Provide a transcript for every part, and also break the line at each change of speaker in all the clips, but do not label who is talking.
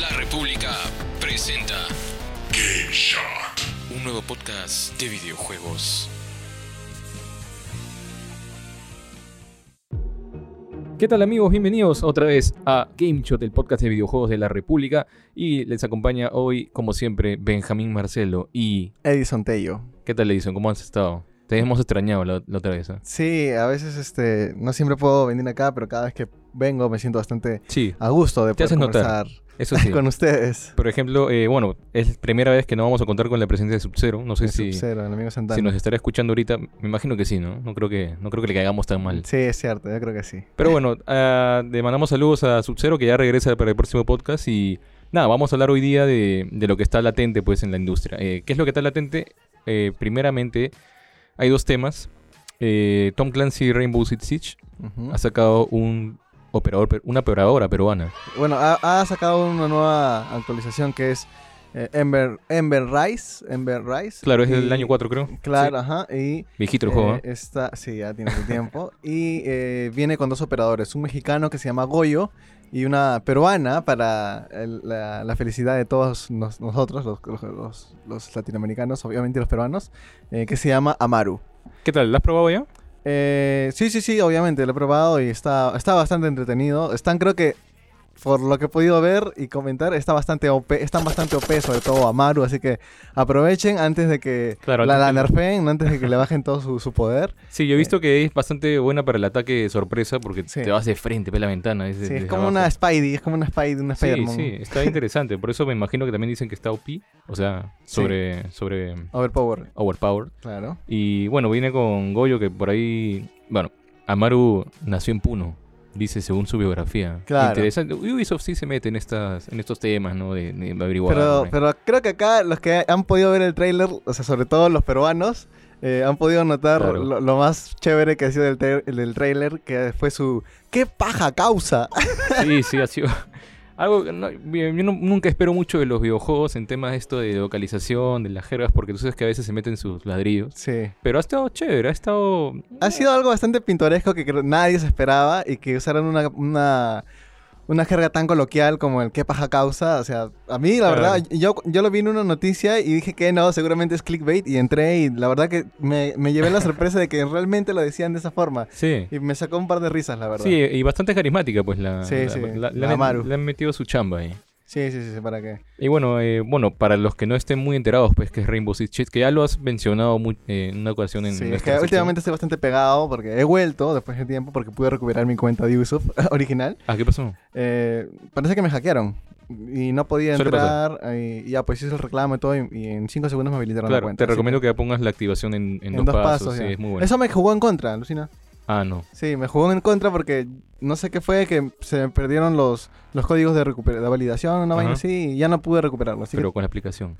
La República presenta Game Shot, un nuevo podcast de videojuegos.
¿Qué tal amigos? Bienvenidos otra vez a Game Shot, el podcast de videojuegos de la República. Y les acompaña hoy, como siempre, Benjamín Marcelo. ¿Y
Edison Tello.
qué tal, Edison? ¿Cómo has estado? Te hemos extrañado la, la otra vez. ¿ah?
Sí, a veces este, no siempre puedo venir acá, pero cada vez que vengo me siento bastante
Sí,
a gusto de
Te
poder
haces notar.
conversar
eso sí.
con ustedes.
Por ejemplo, eh, bueno, es la primera vez que no vamos a contar con la presencia de Sub-Zero. No sé
El
si,
Sub-Zero, el amigo Santana.
si Pues nos estará escuchando ahorita. Me imagino que sí, ¿no? No creo que, no creo que le caigamos tan mal.
Sí, es cierto, yo creo que sí.
Pero bueno, ah, le mandamos saludos a Sub-Zero que ya regresa para el próximo podcast y nada, vamos a hablar hoy día de, de lo que está latente pues en la industria. Eh, ¿Qué es lo que está latente? Eh, primeramente, hay dos temas. Eh, Tom Clancy Rainbow Six Siege
Ujú.
ha sacado un operador, per- una operadora peruana.
Bueno, ha, ha sacado una nueva actualización que es eh, Ember, Ember Rise. Ember Rise.
Claro, es
Y-
del año 4 creo.
Claro, ajá. Y
Sí, viejito el juego.
eh,
¿eh?
está, sí, ya tiene su tiempo. y eh, viene con dos operadores, un mexicano que se llama Goyo y una peruana para el- la, la felicidad de todos nos- nosotros, los, los- los- los latinoamericanos, obviamente los peruanos, eh, que se llama Amaru.
¿Qué tal? ¿La has probado ya?
Eh, sí, sí, sí, obviamente lo he probado y está, está bastante entretenido. Están, creo que, por lo que he podido ver y comentar, está bastante OP, están bastante OP, sobre todo Amaru. Así que aprovechen antes de que
Claro,
la,
antes
la
de-
nerfeen, antes de que le bajen todo su, su poder.
Sí, yo he visto que es bastante buena para el ataque de sorpresa porque
Sí.
te vas de frente, ves la ventana. desde-
Sí, es
desde
como
abajo.
una Spidey, es como una Spidey, una
Sí,
Spider-Man.
sí, está interesante. Por eso me imagino que también dicen que está OP, o sea,
Sí.
sobre, sobre
Overpower,
Overpower.
claro.
Y bueno, viene con Goyo, que por ahí. Bueno, Amaru nació en Puno, dice según su biografía.
Claro.
Interesante. Ubisoft sí se mete en, estas, en estos temas, ¿no? De, de averiguar.
Pero,
¿no?
pero creo que acá los que han podido ver el tráiler, o sea, sobre todo los peruanos, eh, han podido notar
Claro.
lo, lo más chévere que ha sido el, tra- el del tráiler, que fue su ¡qué paja causa!
Sí, sí, ha sido. Algo que no- bien, yo no- nunca espero mucho de los videojuegos en temas de esto de localización, de las jergas, porque tú sabes que a veces se meten sus ladrillos.
Sí.
Pero ha estado chévere, ha estado.
Ha sido algo bastante pintoresco que creo- nadie se esperaba y que usaran una, una, una jerga tan coloquial como el qué paja causa. O sea, a mí la
Claro.
verdad, yo, yo lo vi en una noticia y dije que no, seguramente es clickbait y entré y la verdad que me, me llevé la sorpresa de que realmente lo decían de esa forma.
Sí.
Y me sacó un par de risas, la verdad.
Sí, y bastante carismática, pues la.
Sí,
la-
sí,
la- la-
la
le han-
Amaru.
le han metido su chamba ahí.
sí, sí, sí, sí, ¿para qué?
Y bueno, eh, bueno, para los que no estén muy enterados, pues que es Rainbow Six Siege, que ya lo has mencionado muy- eh, en una ocasión en.
Sí, es
nuestra
que
sección.
últimamente estoy bastante pegado porque he vuelto después de tiempo porque pude recuperar mi cuenta de Ubisoft original.
Ah, ¿qué pasó?
Eh, parece que me hackearon y no podía
Suele
entrar. Y y ya, pues hice el reclamo y todo. Y, y en 5 segundos me habilitaron la
Claro,
cuenta.
te
así
recomiendo que ya pongas la activación en, en dos, pasos. sí,
ya.
es muy bueno.
Eso me jugó en contra, Lucina.
Ah, no.
Sí, me jugó en contra porque no sé qué fue, que se me perdieron los, los códigos de, recuper- de validación, una vaina
Ajá.
así, y ya no pude recuperarlo. Así
Pero con la aplicación.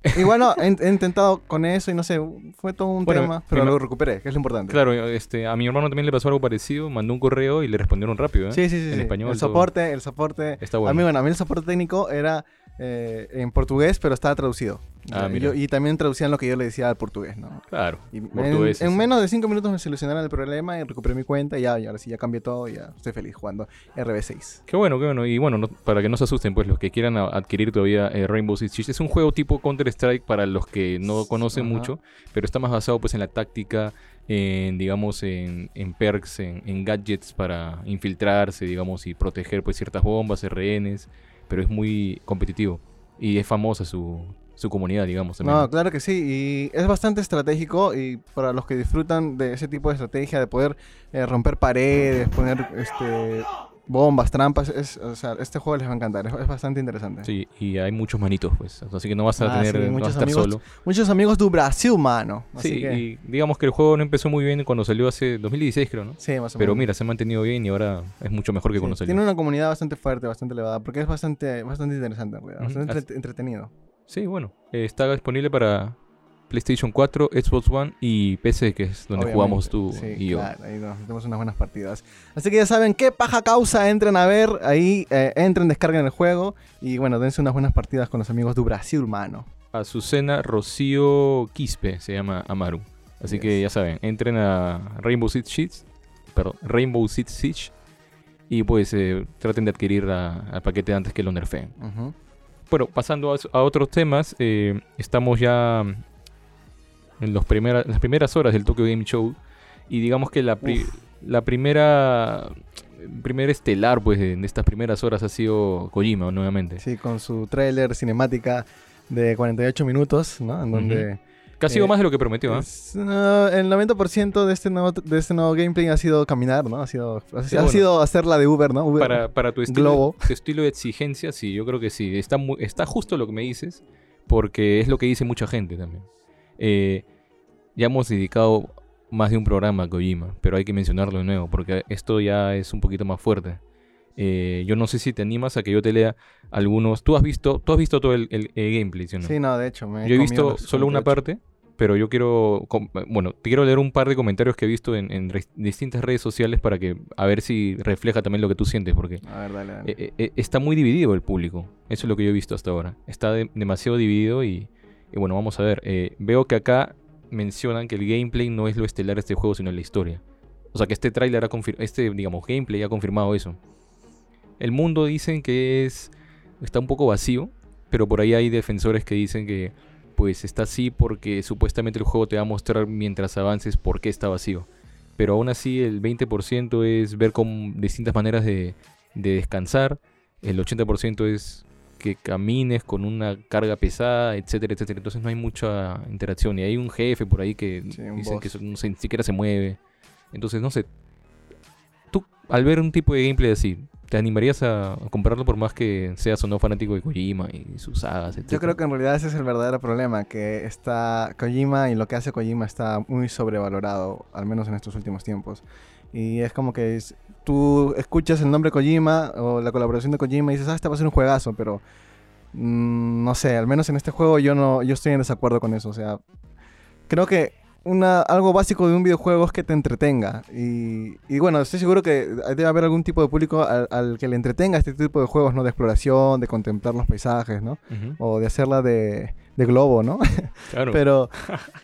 que, igual no, he, he intentado con eso y no sé, fue todo un
Bueno,
tema,
me
pero
ima-
lo recuperé, que es lo importante.
Claro, este, a mi hermano también le pasó algo parecido, mandó un correo y le respondieron rápido, ¿eh?
Sí, sí, sí.
En
sí.
español,
El
todo.
soporte, el soporte.
Está bueno.
A mí, bueno, a mí el soporte técnico era eh, en portugués, pero estaba traducido.
Ah,
Y
mira.
yo- y también traducían lo que yo le decía al portugués, ¿no?
Claro.
Y en-
portugués,
en,
sí.
menos de cinco minutos me solucionaron el problema y recuperé mi cuenta y ya, y ahora sí ya cambié todo y ya estoy feliz jugando RB6.
Qué bueno, qué bueno. Y bueno, no- para que no se asusten, pues los que quieran a- adquirir todavía eh, Rainbow Six Siege, es un juego tipo Counter-Strike para los que no conocen
Ajá.
mucho, pero está más basado pues en la táctica, en, digamos, en, en perks, en, en gadgets para infiltrarse, digamos, y proteger pues ciertas bombas, rehenes, pero es muy competitivo y es famosa su, su comunidad, digamos. También.
No, claro que sí, y es bastante estratégico y para los que disfrutan de ese tipo de estrategia, de poder eh, romper paredes, poner este, bombas, trampas, es, o sea, este juego les va a encantar, es, es bastante interesante.
Sí, y hay muchos manitos, pues, así que no vas a
Ah,
tener,
sí,
no vas a
muchos
estar
amigos.
solo.
Muchos amigos de Brasil, mano. Así
Sí,
que,
y digamos que el juego no empezó muy bien cuando salió hace 2016, creo, ¿no?
sí, más o
Pero
menos.
mira, se ha mantenido bien y ahora es mucho mejor que
Sí,
cuando salió.
Tiene una comunidad bastante fuerte, bastante elevada, porque es bastante, bastante interesante, en realidad,
Ujú,
bastante
así-
entre- entretenido.
Sí, bueno. eh, está disponible para PlayStation 4, Xbox One y PC, que es donde
obviamente.
jugamos tú
Sí,
y yo.
Claro, ahí nos metemos unas buenas partidas. Así que ya saben qué paja causa, entren a ver, ahí eh, entren, descarguen el juego y bueno, dense unas buenas partidas con los amigos de Brasil, mano.
Azucena Rocío Quispe se llama Amaru. Así que
Yes.
ya saben, entren a Rainbow Six Siege, perdón, Rainbow Six Siege y pues eh, traten de adquirir la- al paquete antes que lo nerfeen.
Ujú.
Bueno, pasando a, a otros temas, eh, estamos ya en los primera- las primeras horas del Tokyo Game Show y digamos que la, pri- la primera primer estelar pues de, de estas primeras horas ha sido Kojima nuevamente.
Sí, con su tráiler cinemática de 48 minutos, ¿no? En donde...
Que ha sido
Eh,
más de lo que prometió, ¿ah?
Es, no, Pues, el 90% de este, nuevo, de este nuevo gameplay ha sido caminar, ¿no? Ha sido, ha,
Sí,
ha
bueno.
sido hacer la de Uber, ¿no? Uber.
Para, para tu, estilo,
Pues, Globo.
tu estilo de exigencia, sí, yo creo que sí. Está, mu- está justo lo que me dices, porque es lo que dice mucha gente también. Eh, ya hemos dedicado más de un programa a Kojima, pero hay que mencionarlo de nuevo, porque esto ya es un poquito más fuerte. Eh, yo no sé si te animas a que yo te lea algunos. Tú has visto, tú has visto todo el, el- el gameplay, ¿sí o no?
Sí, no, de hecho. Me
Yo he
comido
visto
los
solo una
48.
parte, pero yo quiero. com- Bueno, te quiero leer un par de comentarios que he visto en, en re- distintas redes sociales para que. A ver si refleja también lo que tú sientes, porque
A ver, dale, dale.
eh, eh, está muy dividido el público. Eso es lo que yo he visto hasta ahora. Está de- demasiado dividido y, y bueno, vamos a ver. Eh, veo que acá mencionan que el gameplay no es lo estelar de este juego, sino la historia. O sea que este tráiler ha confirmado, este, digamos, gameplay ha confirmado eso. El mundo dicen que es está un poco vacío, pero por ahí hay defensores que dicen que pues está así porque supuestamente el juego te va a mostrar mientras avances por qué está vacío. Pero aún así el 20% es ver con distintas maneras de, de descansar, el 80% es que camines con una carga pesada, etcétera, etcétera. Entonces no hay mucha interacción. Y hay un jefe por ahí que
Sí, un
dicen que
boss.
no se- ni siquiera se mueve. Entonces, no sé. Tú, al ver un tipo de gameplay así, ¿te animarías a a comprarlo por más que seas o no fanático de Kojima y sus sagas, etcétera?
Yo creo que en realidad ese es el verdadero problema, que está Kojima y lo que hace Kojima está muy sobrevalorado, al menos en estos últimos tiempos. Y es como que es- tú escuchas el nombre Kojima o la colaboración de Kojima y dices, ah, este va a ser un juegazo, pero mm, no sé, al menos en este juego yo no yo estoy en desacuerdo con eso, o sea, creo que una, algo básico de un videojuego es que te entretenga. Y, y bueno, estoy seguro que debe haber algún tipo de público al, al que le entretenga este tipo de juegos, ¿no? De exploración, de contemplar los paisajes, ¿no?
Ujú,
o de hacerla de, de globo, ¿no?
Claro.
Pero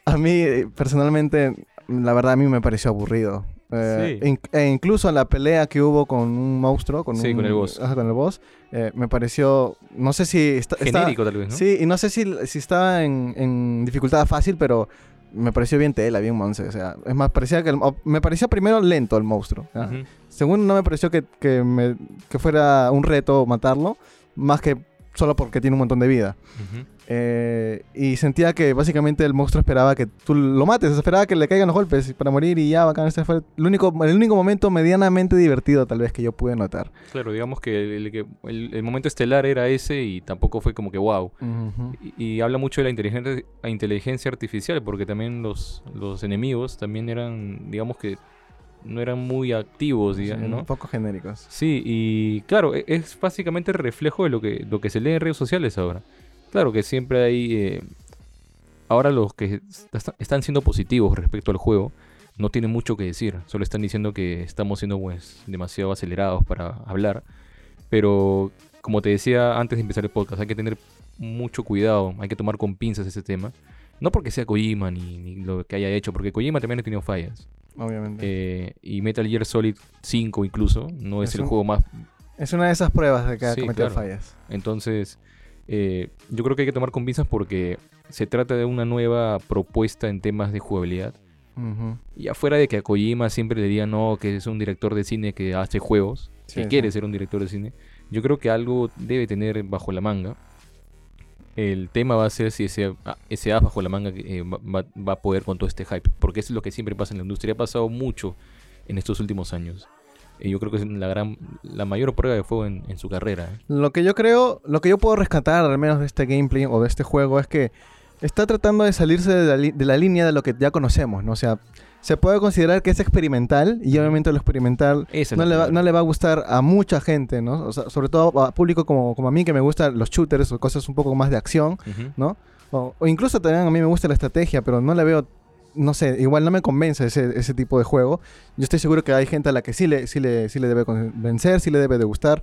a mí, eh, personalmente, la verdad a mí me pareció aburrido. Eh,
Sí.
in- e incluso la pelea que hubo con un monstruo, con,
Sí,
un-
con el boss.
ajá, con el boss, eh, me pareció, no sé si está... está-
Genérico, tal vez, ¿no?
Sí, y no sé si, si estaba en, en dificultad fácil, pero me pareció bien tela, bien monce. O sea, es más, parecía que el- o- me parecía primero lento el monstruo. ¿ya?
Ujú.
Según no me pareció que, que me- que fuera un reto matarlo, más que solo porque tiene un montón de vida.
Ujú.
Eh, y sentía que básicamente el monstruo esperaba que tú lo mates, esperaba que le caigan los golpes para morir y ya, bacán. Este fue el único, el único momento medianamente divertido tal vez que yo pude notar.
Claro, digamos que el, el que- el- el momento estelar era ese y tampoco fue como que wow. Y, y habla mucho de la inteligencia, la inteligencia artificial, porque también los, los enemigos también eran, digamos que no eran muy activos,
Sí,
digamos,
Un
¿no?
poco genéricos.
Sí, y claro, e- es básicamente el reflejo de lo que, lo que se lee en redes sociales ahora. Claro que siempre hay... eh, ahora los que est- están siendo positivos respecto al juego no tienen mucho que decir. Solo están diciendo que estamos siendo pues, demasiado acelerados para hablar. Pero como te decía antes de empezar el podcast, hay que tener mucho cuidado, hay que tomar con pinzas ese tema. No porque sea Kojima ni, ni lo que haya hecho, porque Kojima también ha tenido fallas.
Obviamente.
Eh, y Metal Gear Solid 5 incluso no es,
Es
el
un-
juego más...
es una de esas pruebas de que ha
sí,
cometido
claro.
fallas.
Entonces, eh, yo creo que hay que tomar con pinzas porque se trata de una nueva propuesta en temas de jugabilidad.
Ujú.
Y afuera de que a Kojima siempre le digan no, que es un director de cine que hace juegos,
Sí,
que
sí.
quiere ser un director de cine, yo creo que algo debe tener bajo la manga. El tema va a ser si ese, ah, ese as bajo la manga eh, va, va- va a poder con todo este hype, porque eso es lo que siempre pasa en la industria, ha pasado mucho en estos últimos años. Y yo creo que es la gran, la mayor prueba de fuego en, en su carrera. ¿eh?
Lo que yo creo, lo que yo puedo rescatar al menos de este gameplay o de este juego es que está tratando de salirse de la, li- de la línea de lo que ya conocemos, ¿no? O sea, se puede considerar que es experimental y obviamente lo experimental
Esa es
no
la
le, va,
palabra.
no le va a gustar a mucha gente, ¿no? O sea, sobre todo a público como, como a mí que me gustan los shooters o cosas un poco más de acción,
Ujú.
¿no? O, o incluso también a mí me gusta la estrategia, pero no la veo, no sé, igual no me convence ese, ese tipo de juego. Yo estoy seguro que hay gente a la que sí le, sí le, sí le debe convencer, sí le debe de gustar.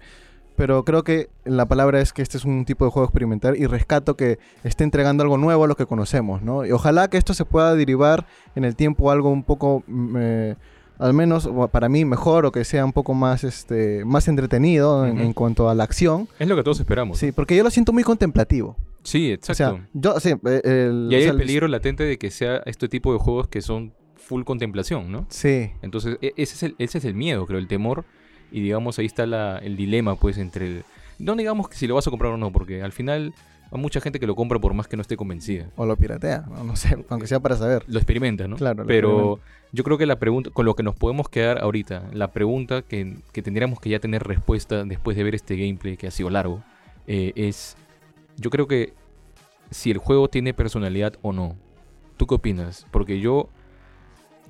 Pero creo que la palabra es que este es un tipo de juego experimental y rescato que esté entregando algo nuevo a lo que conocemos, ¿no? Y ojalá que esto se pueda derivar en el tiempo a algo un poco mm, eh, al menos o para mí, mejor o que sea un poco más, este, más entretenido en,
Ujú.
en cuanto a la acción.
Es lo que todos esperamos. Sí,
Sí, porque yo lo siento muy contemplativo.
exacto.
O sea, yo, sí, eh, el-
y
o
hay
sea,
el peligro latente de que sea este tipo de juegos que son full contemplación, ¿no?
Sí.
Entonces, e- ese es el, ese es el miedo, creo, el temor. Y digamos, ahí está la- el dilema, pues, entre el. No digamos que si lo vas a comprar o no, porque al final hay mucha gente que lo compra por más que no esté convencida.
O lo piratea, no, no sé, aunque sea para saber.
Lo experimenta, ¿no?
Claro, lo
Pero
experimenta.
yo creo que la pregunta, con lo que nos podemos quedar ahorita, la pregunta que, que tendríamos que ya tener respuesta después de ver este gameplay que ha sido largo, eh, es. Yo creo que si el juego tiene personalidad o no. ¿Tú qué opinas? Porque yo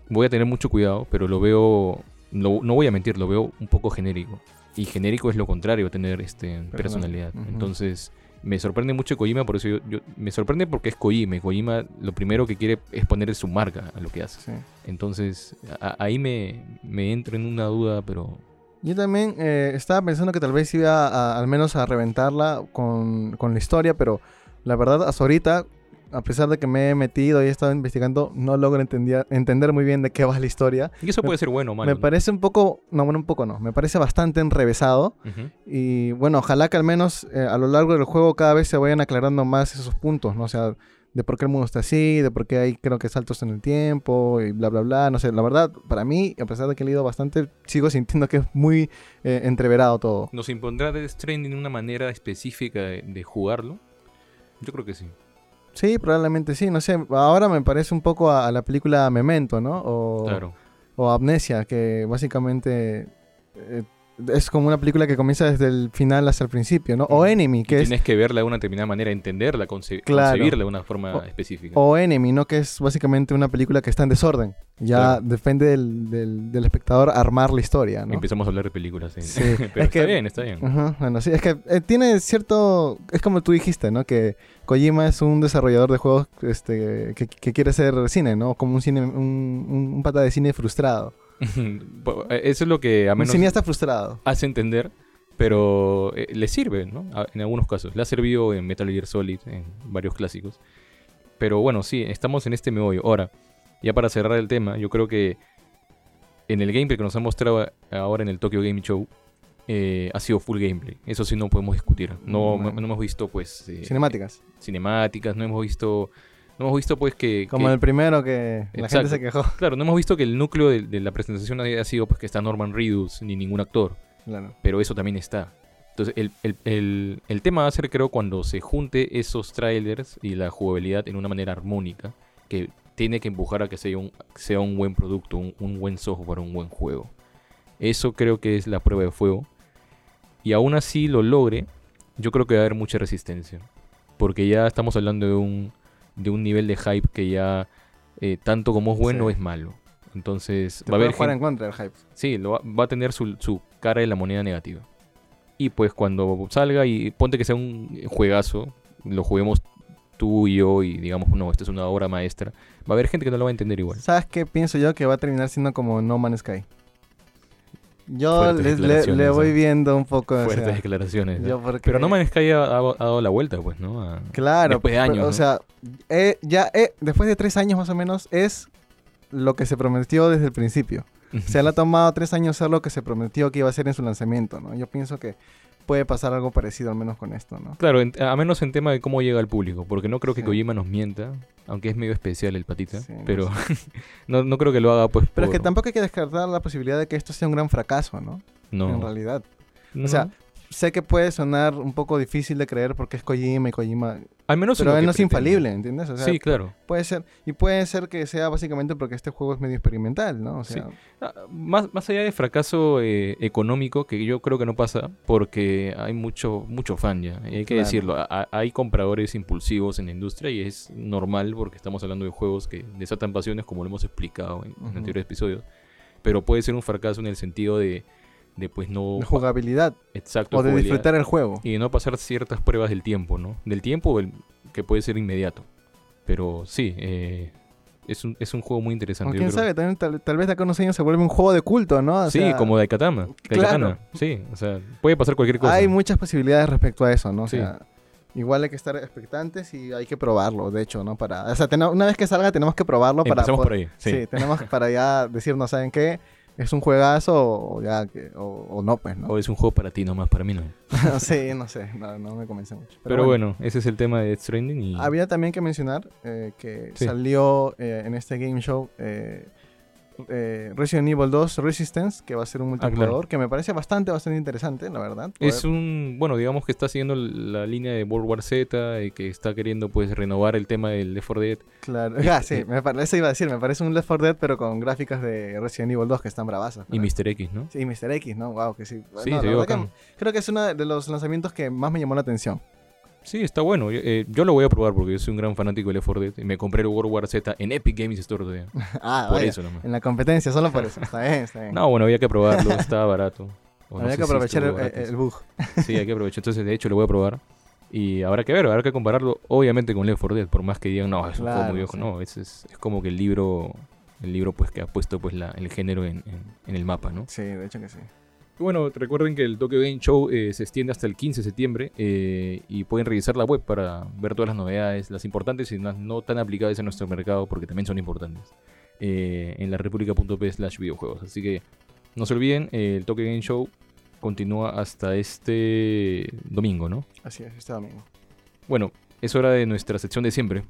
voy a tener mucho cuidado, pero lo veo, no, no voy a mentir, lo veo un poco genérico. Y genérico es lo contrario a tener este, personalidad.
ujú.
Entonces, me sorprende mucho Kojima, por eso yo, yo- me sorprende porque es Kojima. y Kojima lo primero que quiere es poner su marca a lo que hace.
Sí.
Entonces, a- a- ahí me, me entro en una duda, pero...
Yo también eh, estaba pensando que tal vez iba a- al menos a reventarla con, con la historia, pero la verdad, hasta ahorita, a pesar de que me he metido y he estado investigando, no logro entendía- entender muy bien de qué va la historia.
Y eso
Me-
puede ser bueno o malo.
me
¿no?
parece un poco, no, bueno, un poco no, me parece bastante enrevesado.
Ujú.
Y bueno, ojalá que al menos eh, a lo largo del juego cada vez se vayan aclarando más esos puntos, ¿no? O sea, de por qué el mundo está así, de por qué hay creo que saltos en el tiempo y bla, bla, bla. No sé, la verdad, para mí, a pesar de que he leído bastante, sigo sintiendo que es muy eh, entreverado todo.
¿Nos impondrá Death Stranding una manera específica de, de jugarlo? Yo creo que sí.
Sí, probablemente sí, no sé. Ahora me parece un poco a, a la película Memento, ¿no? O,
Claro.
o Amnesia, que básicamente... eh, es como una película que comienza desde el final hasta el principio, ¿no? O Enemy,
Y
que es
tienes que verla de una determinada manera, entenderla, conce-
Claro.
concebirla de una forma
O-
específica.
O Enemy, ¿no? Que es básicamente una película que está en desorden. Ya
Claro.
depende del, del- del espectador armar la historia, ¿no?
Empezamos a hablar de películas. sí.
Sí,
Pero
es
está
que-
bien, está bien.
Ajá, bueno, sí, es que eh, tiene cierto... Es como tú dijiste, ¿no? Que Kojima es un desarrollador de juegos este, que, que quiere hacer cine, ¿no? Como un cine, un, un- un pata de cine frustrado.
Po- eh, Eso es lo que a
Un
menos
cineasta frustrado.
hace entender, pero eh, le sirve, ¿no? A- En algunos casos. Le ha servido en Metal Gear Solid, en varios clásicos. Pero bueno, sí, estamos en este meollo. Ahora, ya para cerrar el tema, yo creo que en el gameplay que nos han mostrado a- ahora en el Tokyo Game Show, eh, ha sido full gameplay. Eso sí no podemos discutir. No,
Mm, Bueno.
no hemos visto, pues... eh,
Cinemáticas.
cinemáticas, no hemos visto, no hemos visto pues que,
Como
que-
el primero que la gente
Exacto.
se quejó.
claro, no hemos visto que el núcleo de, de la presentación haya sido pues que está Norman Reedus ni ningún actor,
Claro.
pero eso también está. Entonces el, el- el- el tema va a ser creo cuando se junte esos trailers y la jugabilidad en una manera armónica que tiene que empujar a que sea un, sea un buen producto, un, un buen software, un buen juego. Eso creo que es la prueba de fuego. Y aún así lo logre, yo creo que va a haber mucha resistencia. Porque ya estamos hablando de un, de un nivel de hype que ya eh, tanto como es bueno
Sí.
es malo. Entonces
Te
va a haber
pueden jugar
gen-
en contra del hype.
Sí, lo va, va a tener su, su cara de la moneda negativa. Y pues cuando salga y ponte que sea un juegazo, lo juguemos tú y yo y digamos, no, esta es una obra maestra, va a haber gente que no lo va a entender igual.
¿Sabes qué pienso yo? Que va a terminar siendo como No Man's Sky. Yo
Fuertes
le, le-
declaraciones,
le voy
¿eh?
viendo un poco. o
Fuertes
sea,
declaraciones. ¿no?
yo porque-
Pero No Man's Sky ha, ha- ha dado la vuelta, pues, ¿no? A-
Claro.
después de
pero,
años,
O
¿no?
sea, eh, ya eh, después de tres años más o menos es lo que se prometió desde el principio. Se le ha tomado tres años hacer lo que se prometió que iba a hacer en su lanzamiento, ¿no? Yo pienso que puede pasar algo parecido al menos con esto, ¿no?
Claro, en- a menos en tema de cómo llega al público, porque no creo que
Sí.
Kojima nos mienta, aunque es medio especial el patita,
Sí, no
pero no, no creo que lo haga pues
Pero es que
por-
tampoco hay que descartar la posibilidad de que esto sea un gran fracaso, ¿no?
no,
En realidad.
no.
sea, Sé que puede sonar un poco difícil de creer porque es Kojima y Kojima
al menos en
Pero
lo
él
que
no es
pretende.
infalible, ¿entiendes? O sea,
sí, claro.
puede ser. Y puede ser que sea básicamente porque este juego es medio experimental, ¿no? O sea,
Ah, Más, más allá de fracaso eh, económico, que yo creo que no pasa, porque hay mucho, mucho fan ya, y hay que
Claro.
decirlo, a- a- hay compradores impulsivos en la industria y es normal porque estamos hablando de juegos que desatan pasiones como lo hemos explicado en, en
Ujú.
anteriores episodios, pero puede ser un fracaso en el sentido de, de pues no...
de jugabilidad
Exacto,
o de
jugabilidad.
disfrutar el juego.
Y de no pasar ciertas pruebas del tiempo, ¿no? Del tiempo el- que puede ser inmediato. Pero sí, eh, es, un, es un juego muy
O
interesante. yo
quién
creo.
sabe, también tal, tal vez de acá a unos años se vuelve un juego de culto, ¿no? O
sí,
sea,
como Daikatana. Daikatana. Sí, o sea, puede pasar cualquier cosa.
Hay muchas posibilidades respecto a eso, ¿no? O
Sí.
sea, igual hay que estar expectantes y hay que probarlo, de hecho, ¿no? Para, o sea, tena- una vez que salga tenemos que probarlo para
Empezamos
poder-
por ahí. Sí.
Sí. tenemos para ya decirnos, ¿saben qué? ¿Es un juegazo o, ya que- o, o no, pues, no?
O es un juego para ti nomás, para mí no.
no sé, no sé, no, no me convence mucho.
Pero, bueno. ese es el tema de Death Stranding y...
Había también que mencionar eh, que
Sí.
salió eh, en este game show eh, eh, Resident Evil 2 Resistance, que va a ser un
Ah, claro.
multijugador, que me parece bastante, bastante interesante, la verdad.
Es un, bueno, digamos que está siguiendo la línea de World War Z y que está queriendo pues renovar el tema del Left 4 Dead.
Claro, ah, sí, me pare- eso iba a decir, me parece un Left 4 Dead, pero con gráficas de Resident Evil 2 que están bravasas.
Y
¿verdad?
Mr. X, ¿no?
Sí, Mr. X, ¿no? Wow, que sí.
Sí,
No,
se
la
vio
verdad que
bacán.
creo que es uno de los lanzamientos que más me llamó la atención.
Sí, está bueno. Yo, eh, yo lo voy a probar porque yo soy un gran fanático de Left 4 Dead y me compré el World War Z en Epic Games Store todavía.
Ah,
Por
vaya,
eso nomás.
En la competencia, solo por eso. Está bien, está bien.
No, bueno, había que probarlo, estaba barato. O no
Habría
sé
que
si
aprovechar
estuvo
el,
barato.
el bug.
Sí, hay que aprovechar. Entonces, de hecho, lo voy a probar. Y habrá que ver, habrá que compararlo, obviamente, con Left 4 Dead. Por más que digan, no, es un juego
Claro,
muy viejo.
sí.
No, es, es, es como que el libro, el libro pues que ha puesto pues la, el género en, en- en el mapa, ¿no?
Sí, de hecho que sí.
Y bueno, recuerden que el Tokyo Game Show eh, se extiende hasta el 15 de septiembre eh, y pueden revisar la web para ver todas las novedades, las importantes y las no tan aplicadas en nuestro mercado, porque también son importantes, eh, en la slash videojuegos. Así que no se olviden, eh, el Tokyo Game Show continúa hasta este domingo, ¿no?
Así es, este domingo.
Bueno, es hora de nuestra sección de siempre,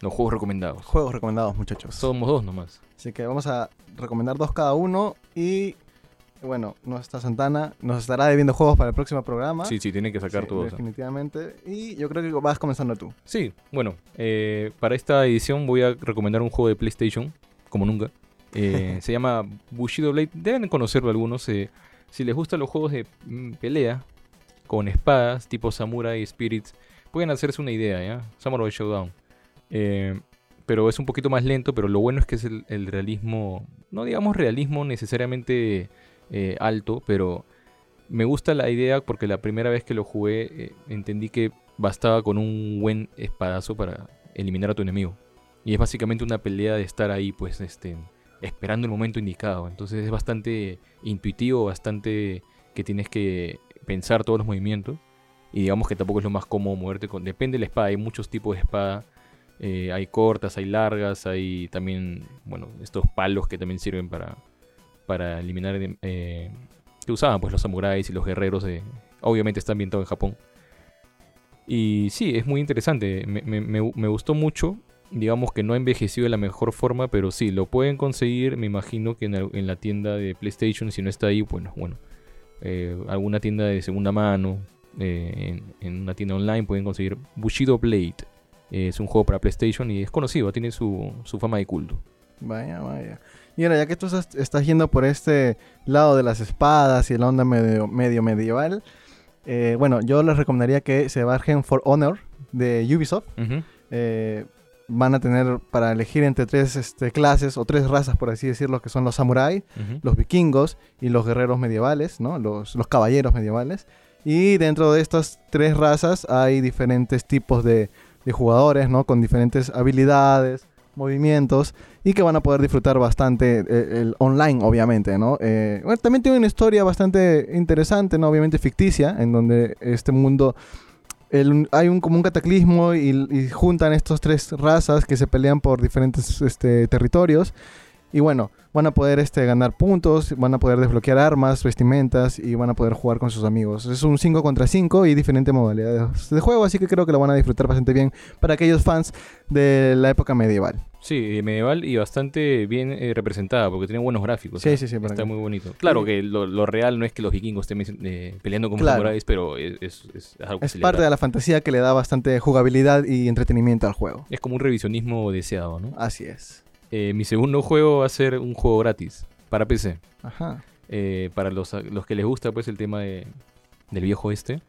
los juegos recomendados.
Juegos recomendados, muchachos.
Somos dos nomás.
Así que vamos a recomendar dos cada uno. Y bueno, nuestra Santana nos estará debiendo juegos para el próximo programa.
Sí, sí, tienen que sacar
¿Ah? Sí,
todos.
Definitivamente. Y yo creo que vas comenzando tú.
Sí, bueno, eh, para esta edición voy a recomendar un juego de PlayStation, como nunca. Eh, se llama Bushido Blade. Deben conocerlo algunos. eh, si les gustan los juegos de mm, pelea con espadas, tipo Samurai Spirits, pueden hacerse una idea, ¿ya? Samurai Showdown. Eh, pero es un poquito más lento, pero lo bueno es que es el, el realismo, no digamos realismo necesariamente eh, alto, pero me gusta la idea porque la primera vez que lo jugué eh, entendí que bastaba con un buen espadazo para eliminar a tu enemigo. Y es básicamente una pelea de estar ahí, pues, este, esperando el momento indicado. Entonces es bastante intuitivo, bastante que tienes que pensar todos los movimientos. Y digamos que tampoco es lo más cómodo moverte con... Depende de la espada, hay muchos tipos de espada. Eh, hay cortas, hay largas, hay también, bueno, estos palos que también sirven para, para eliminar... eh, que usaban pues los samuráis y los guerreros. de- obviamente está ambientado en Japón. Y sí, es muy interesante. Me, me- me- me gustó mucho. Digamos que no ha envejecido de la mejor forma, pero sí, lo pueden conseguir, me imagino que en, al- en la tienda de PlayStation, si no está ahí, bueno, bueno. eh, alguna tienda de segunda mano, eh, en, en una tienda online pueden conseguir Bushido Blade. Eh, es un juego para PlayStation y es conocido, tiene su, su fama de culto.
Vaya, vaya. Y ahora, ya que tú estás, estás yendo por este lado de las espadas y la onda medio, medio medieval, eh, bueno, yo les recomendaría que se bajen For Honor de Ubisoft. Eh, van a tener para elegir entre tres este, clases o tres razas, por así decirlo, que son los samuráis, los vikingos y los guerreros medievales, ¿no? Los, los caballeros medievales. Y dentro de estas tres razas hay diferentes tipos de, de jugadores, ¿no? Con diferentes habilidades, movimientos y que van a poder disfrutar bastante eh, el online, obviamente, ¿no? Eh, bueno, también tiene una historia bastante interesante, ¿no? Obviamente ficticia, en donde este mundo... el- hay un, como un cataclismo y, y juntan estos tres razas que se pelean por diferentes este, territorios y bueno, van a poder este, ganar puntos, van a poder desbloquear armas, vestimentas y van a poder jugar con sus amigos. Es un 5 contra 5 y diferentes modalidades de juego, así que creo que lo van a disfrutar bastante bien para aquellos fans de la época medieval.
Sí, eh, medieval y bastante bien eh, representada, porque tiene buenos gráficos.
Sí,
¿ah?
sí, sí, para
Está
que-
muy bonito. Claro que lo, lo real no es que los vikingos estén eh, peleando como
Claro.
samuráis, pero es, es- es algo que
Es
celebrar.
parte de la fantasía que le da bastante jugabilidad y entretenimiento al juego.
Es como un revisionismo deseado, ¿no?
Así es.
Eh, mi segundo juego va a ser un juego gratis para PC.
Ajá.
Eh, para los, los que les gusta pues el tema de- del viejo este.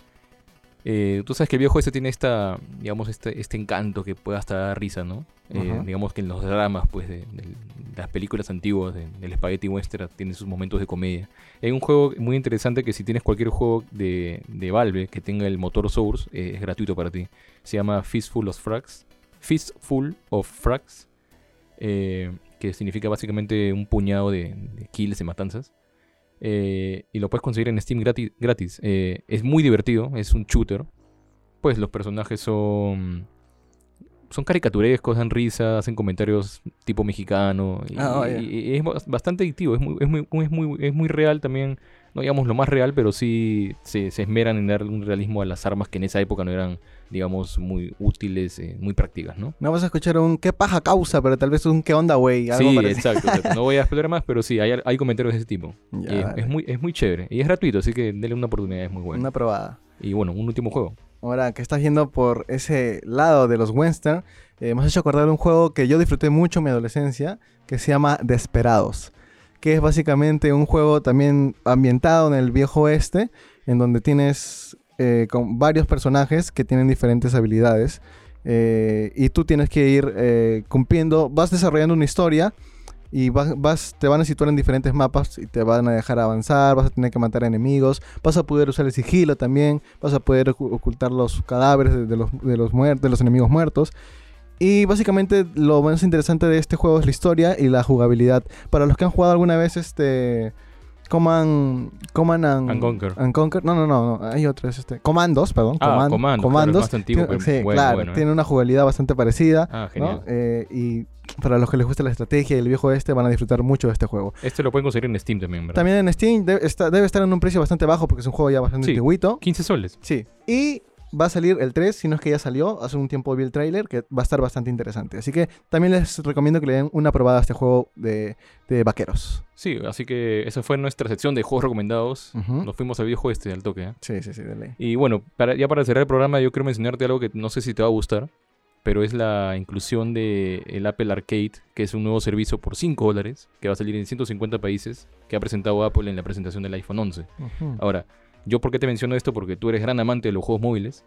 Eh, tú sabes que el viejo este tiene esta, digamos, este, este encanto que puede hasta dar risa, ¿no? Eh,
Ajá.
digamos que en los dramas, pues, de, de las películas antiguas, de- del Spaghetti Western, tiene sus momentos de comedia. Hay un juego muy interesante que si tienes cualquier juego de, de Valve que tenga el motor Source, eh, es gratuito para ti. Se llama Fistful of Frags. Fistful of Frags. eh, que significa básicamente un puñado de, de kills y matanzas. Eh, y lo puedes conseguir en Steam gratis. gratis. Eh, es muy divertido, es un shooter. Pues los personajes son. son caricaturescos, dan risa, hacen comentarios tipo mexicano. Y,
Ah, vaya.
y- y es bas- bastante adictivo, es muy, es, muy, es, muy, es muy real también. No digamos lo más real, pero sí se, se esmeran en darle un realismo a las armas que en esa época no eran, digamos, muy útiles, eh, muy prácticas, ¿no?
No vas a escuchar un qué paja causa, pero tal vez un qué onda, güey. Algo
Sí,
parecido.
exacto, exacto. No voy a explorar más, pero sí, hay, hay comentarios de ese tipo.
Ya,
Y es,
dale.
es muy, es muy chévere. Y es gratuito, así que denle una oportunidad, es muy bueno.
Una probada.
Y bueno, un último juego.
Ahora que estás yendo por ese lado de los western, eh, me has hecho acordar un juego que yo disfruté mucho en mi adolescencia, que se llama Desperados, que es básicamente un juego también ambientado en el viejo oeste, en donde tienes eh, con varios personajes que tienen diferentes habilidades eh, y tú tienes que ir eh, cumpliendo, vas desarrollando una historia y vas, vas- te van a situar en diferentes mapas y te van a dejar avanzar, vas a tener que matar enemigos, vas a poder usar el sigilo también, vas a poder ocu- ocultar los cadáveres de, de los, de, los muer- de los enemigos muertos. Y básicamente lo más interesante de este juego es la historia y la jugabilidad. Para los que han jugado alguna vez este... Coman... Coman and,
And Conquer.
and Conquer. No, no, no, no, hay otro. es este. Comandos, perdón.
Ah, Comandos, claro,
Coman-
es
Comandos.
más antiguo,
Tiene-
pero
sí,
bueno,
claro,
bueno, eh.
tiene una jugabilidad bastante parecida.
Ah,
¿no?
genial.
Eh, y para los que les gusta la estrategia y el viejo este, van a disfrutar mucho de este juego.
Este lo pueden conseguir en Steam también, ¿verdad?
También en Steam debe, está- debe estar en un precio bastante bajo porque es un juego ya bastante
Sí.
antiguito.
15 soles.
Sí. Y va a salir el 3, si no es que ya salió. Hace un tiempo vi el tráiler que va a estar bastante interesante. Así que también les recomiendo que le den una probada a este juego de, de vaqueros.
Sí, así que esa fue nuestra sección de juegos recomendados.
Ujú.
Nos fuimos al viejo este, al toque. ¿eh?
Sí, sí, sí, de ley.
Y bueno, para, ya para cerrar el programa, yo quiero mencionarte algo que no sé si te va a gustar, pero es la inclusión de el Apple Arcade, que es un nuevo servicio por 5 dólares, que va a salir en 150 países, que ha presentado Apple en la presentación del iPhone 11.
Ujú.
Ahora, ¿yo por qué te menciono esto? Porque tú eres gran amante de los juegos móviles.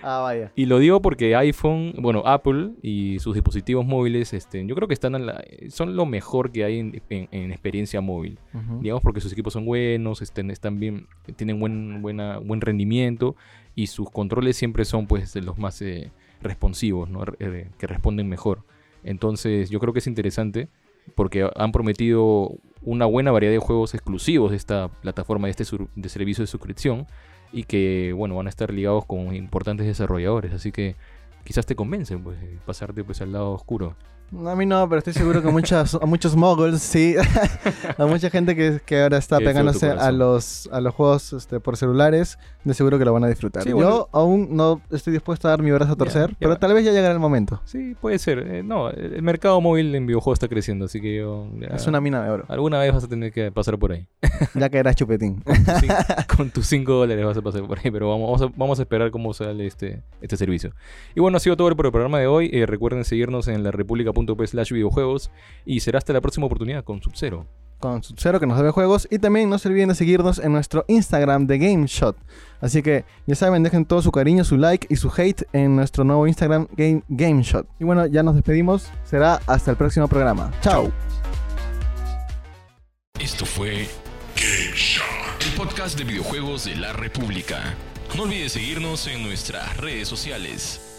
Ah, vaya.
Y lo digo porque iPhone, bueno, Apple y sus dispositivos móviles, este, yo creo que están a la- son lo mejor que hay en, en- en experiencia móvil.
Ujú.
Digamos porque sus equipos son buenos, estén- están bien, tienen buen, buena, buen rendimiento y sus controles siempre son pues de los más eh, responsivos, ¿no? Re- eh, que responden mejor. Entonces yo creo que es interesante porque han prometido una buena variedad de juegos exclusivos de esta plataforma, de este sur- de servicio de suscripción y que bueno van a estar ligados con importantes desarrolladores, así que quizás te convencen pues de pasarte pues al lado oscuro.
No, a mí no, pero estoy seguro que muchas, a muchos moguls, sí. a mucha gente que, que ahora está
Que disfruta tu
pegándose a
corazón.
los, a los juegos este, por celulares, de seguro que lo van a disfrutar.
Sí,
Yo
bueno.
aún no estoy dispuesto a dar mi brazo a
Ya,
torcer,
ya
pero
va.
tal vez ya llegará el momento.
Sí, puede ser. Eh, no, el el mercado móvil en videojuegos está creciendo, así que yo ya-
Es una mina de oro.
alguna vez vas a tener que pasar por ahí.
Ya caerá chupetín.
Sí, con tus 5 dólares vas a pasar por ahí, pero vamos, vamos, a, vamos a esperar cómo sale este, este servicio. Y bueno, ha sido todo por el programa de hoy. Eh, recuerden seguirnos en la slash videojuegos y será hasta la próxima oportunidad con Sub-Zero.
Con Cero que nos debe juegos. Y también no se olviden de seguirnos en nuestro Instagram de GameShot. Así que ya saben, dejen todo su cariño, su like y su hate en nuestro nuevo Instagram Game, GameShot. Y bueno, ya nos despedimos. Será hasta el próximo programa. Chao.
Esto fue Game Shot, el podcast de videojuegos de la República. No olvides seguirnos en nuestras redes sociales.